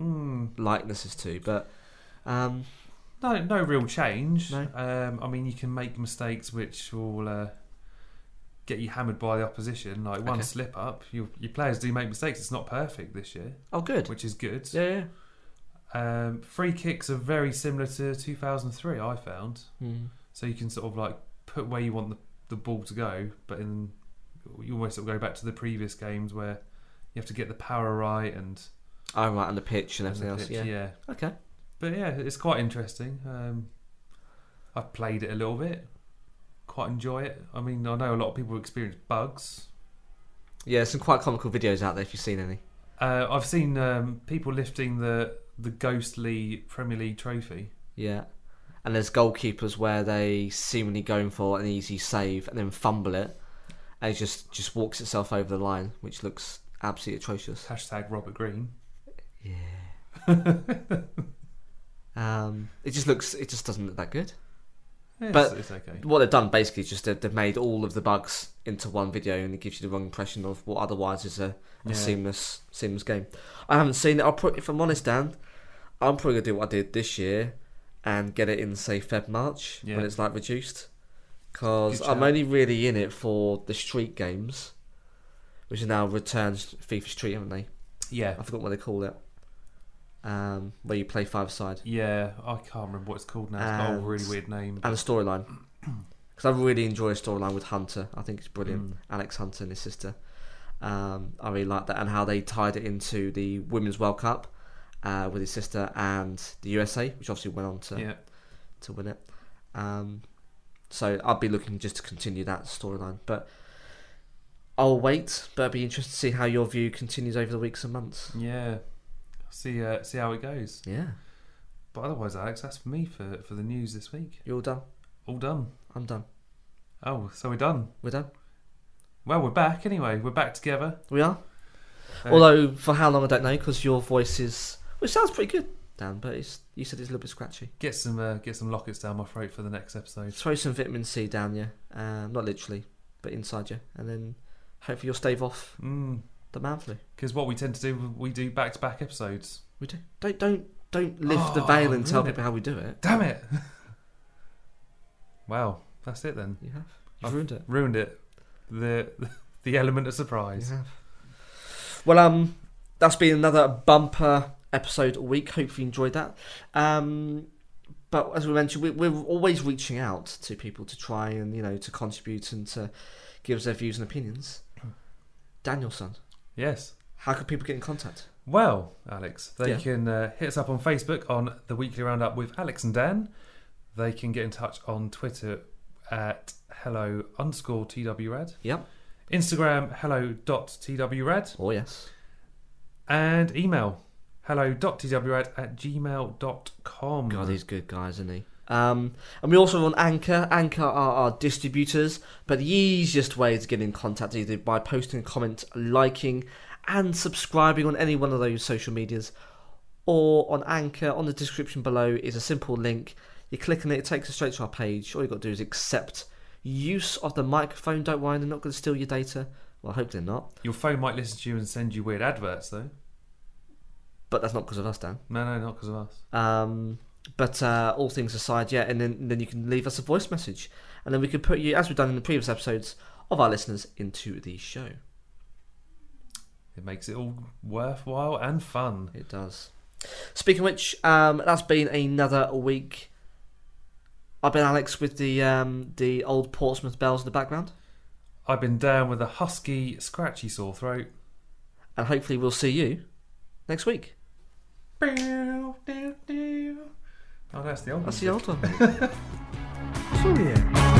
Mm, likenesses to, but um, no, no real change. No. Um, I mean, you can make mistakes which will uh, get you hammered by the opposition. Like one Okay. slip up, your your players do make mistakes. It's not perfect this year, oh, good. which is good. Yeah, yeah. Um, free kicks are very similar to 2003. I found Hmm. so you can sort of like put where you want the, the ball to go, but in you almost sort of go back to the previous games where you have to get the power right and, Oh right, and the pitch and and the everything else. pitch, Yeah. yeah. Okay. But yeah, it's quite interesting. Um, I've played it a little bit. Quite enjoy it. I mean, I know a lot of people experience bugs. Yeah, some quite comical videos out there if you've seen any. Uh, I've seen um, people lifting the the ghostly Premier League trophy. Yeah. And there's goalkeepers where they seemingly going for an easy save and then fumble it, and it just just walks itself over the line, which looks absolutely atrocious. Hashtag Robert Green. Yeah. um, it just looks. It just doesn't look that good. Yeah, But- it's, it's okay. What they've done basically is just they've, they've made all of the bugs into one video, and it gives you the wrong impression of what otherwise is a, a Yeah. seamless seamless game. I haven't seen it. I'll pro- if I'm honest, Dan, I'm probably gonna do what I did this year and get it in say Feb March Yeah. when it's like reduced, because Good I'm shout. only really in it for the street games, which are now returned FIFA Street, haven't they? Yeah, I forgot what they call it. Um, where you play five side yeah. I can't remember what it's called now. It's got a And- really weird name. and a storyline. Because I really enjoy a storyline with Hunter. I think it's brilliant. Mm. Alex Hunter and his sister. Um, I really like that and how they tied it into the Women's World Cup uh, with his sister and the USA, which obviously went on to Yeah, to win it. Um, so I'll be looking just to continue that storyline, but. I'll wait, but I'd be interested to see how your view continues over the weeks and months. yeah. See, uh, see how it goes. Yeah, But otherwise, Alex, that's for me for for the news this week. you're all done. All done. I'm done. Oh, so we're done. We're done. Well, we're back anyway. We're back together. We are. Uh, Although for how long I don't know, because your voice is, well, it sounds pretty good, Dan, but it's, you said it's a little bit scratchy. Get some uh, get some lockets down my throat for the next episode. Throw some vitamin C down you, um, not literally, but inside you, and then hopefully you'll stave off Because the man flu. Hmm. what we tend to do, we do back to back episodes. We do. Don't don't don't lift the Oh, veil and tell really? people how we do it. Damn it! wow, that's it then. You have. You've I've- ruined it. Ruined it. The the element of You surprise. have. Well, um, that's been another bumper episode a week. Hopefully you enjoyed that. Um, but as we mentioned, we, we're always reaching out to people to try and, you know, to contribute and to Hmm. give us their views and opinions. Danielson, Yes. how can people get in contact? Well, Alex, they Yeah. can uh, hit us up on Facebook on the Weekly Roundup with Alex and Dan. They can get in touch on Twitter at hello underscore twrad, Yep. Instagram hello dot twrad, Oh yes. and email hello dot twrad at gmail dot com. God, he's good, guys, isn't he? Um, and we also run Anchor. Anchor are our distributors, but the easiest way to get in contact is either by posting a comment, liking, and subscribing on any one of those social medias, or on Anchor. On the description below is a simple link. You click on it, it takes us straight to our page. All you got to do is accept use of the microphone. Don't worry, they're not going to steal your data. Well, I hope they're not, Your phone might listen to you and send you weird adverts, though. but that's not because of us, Dan. No, no, not because of us. Um, but uh, all things aside, yeah, and then, then you can leave us a voice message, and then we can put you, as we've done in the previous episodes, of our listeners into the show. It makes it all worthwhile and fun. It does. Speaking of which, um, that's been another week. I've been Alex with the um, the old Portsmouth bells in the background, I've been down with a husky, scratchy sore throat. and hopefully we'll see you next week. Oh, that's the old one. That's the old one. mate. Sorry.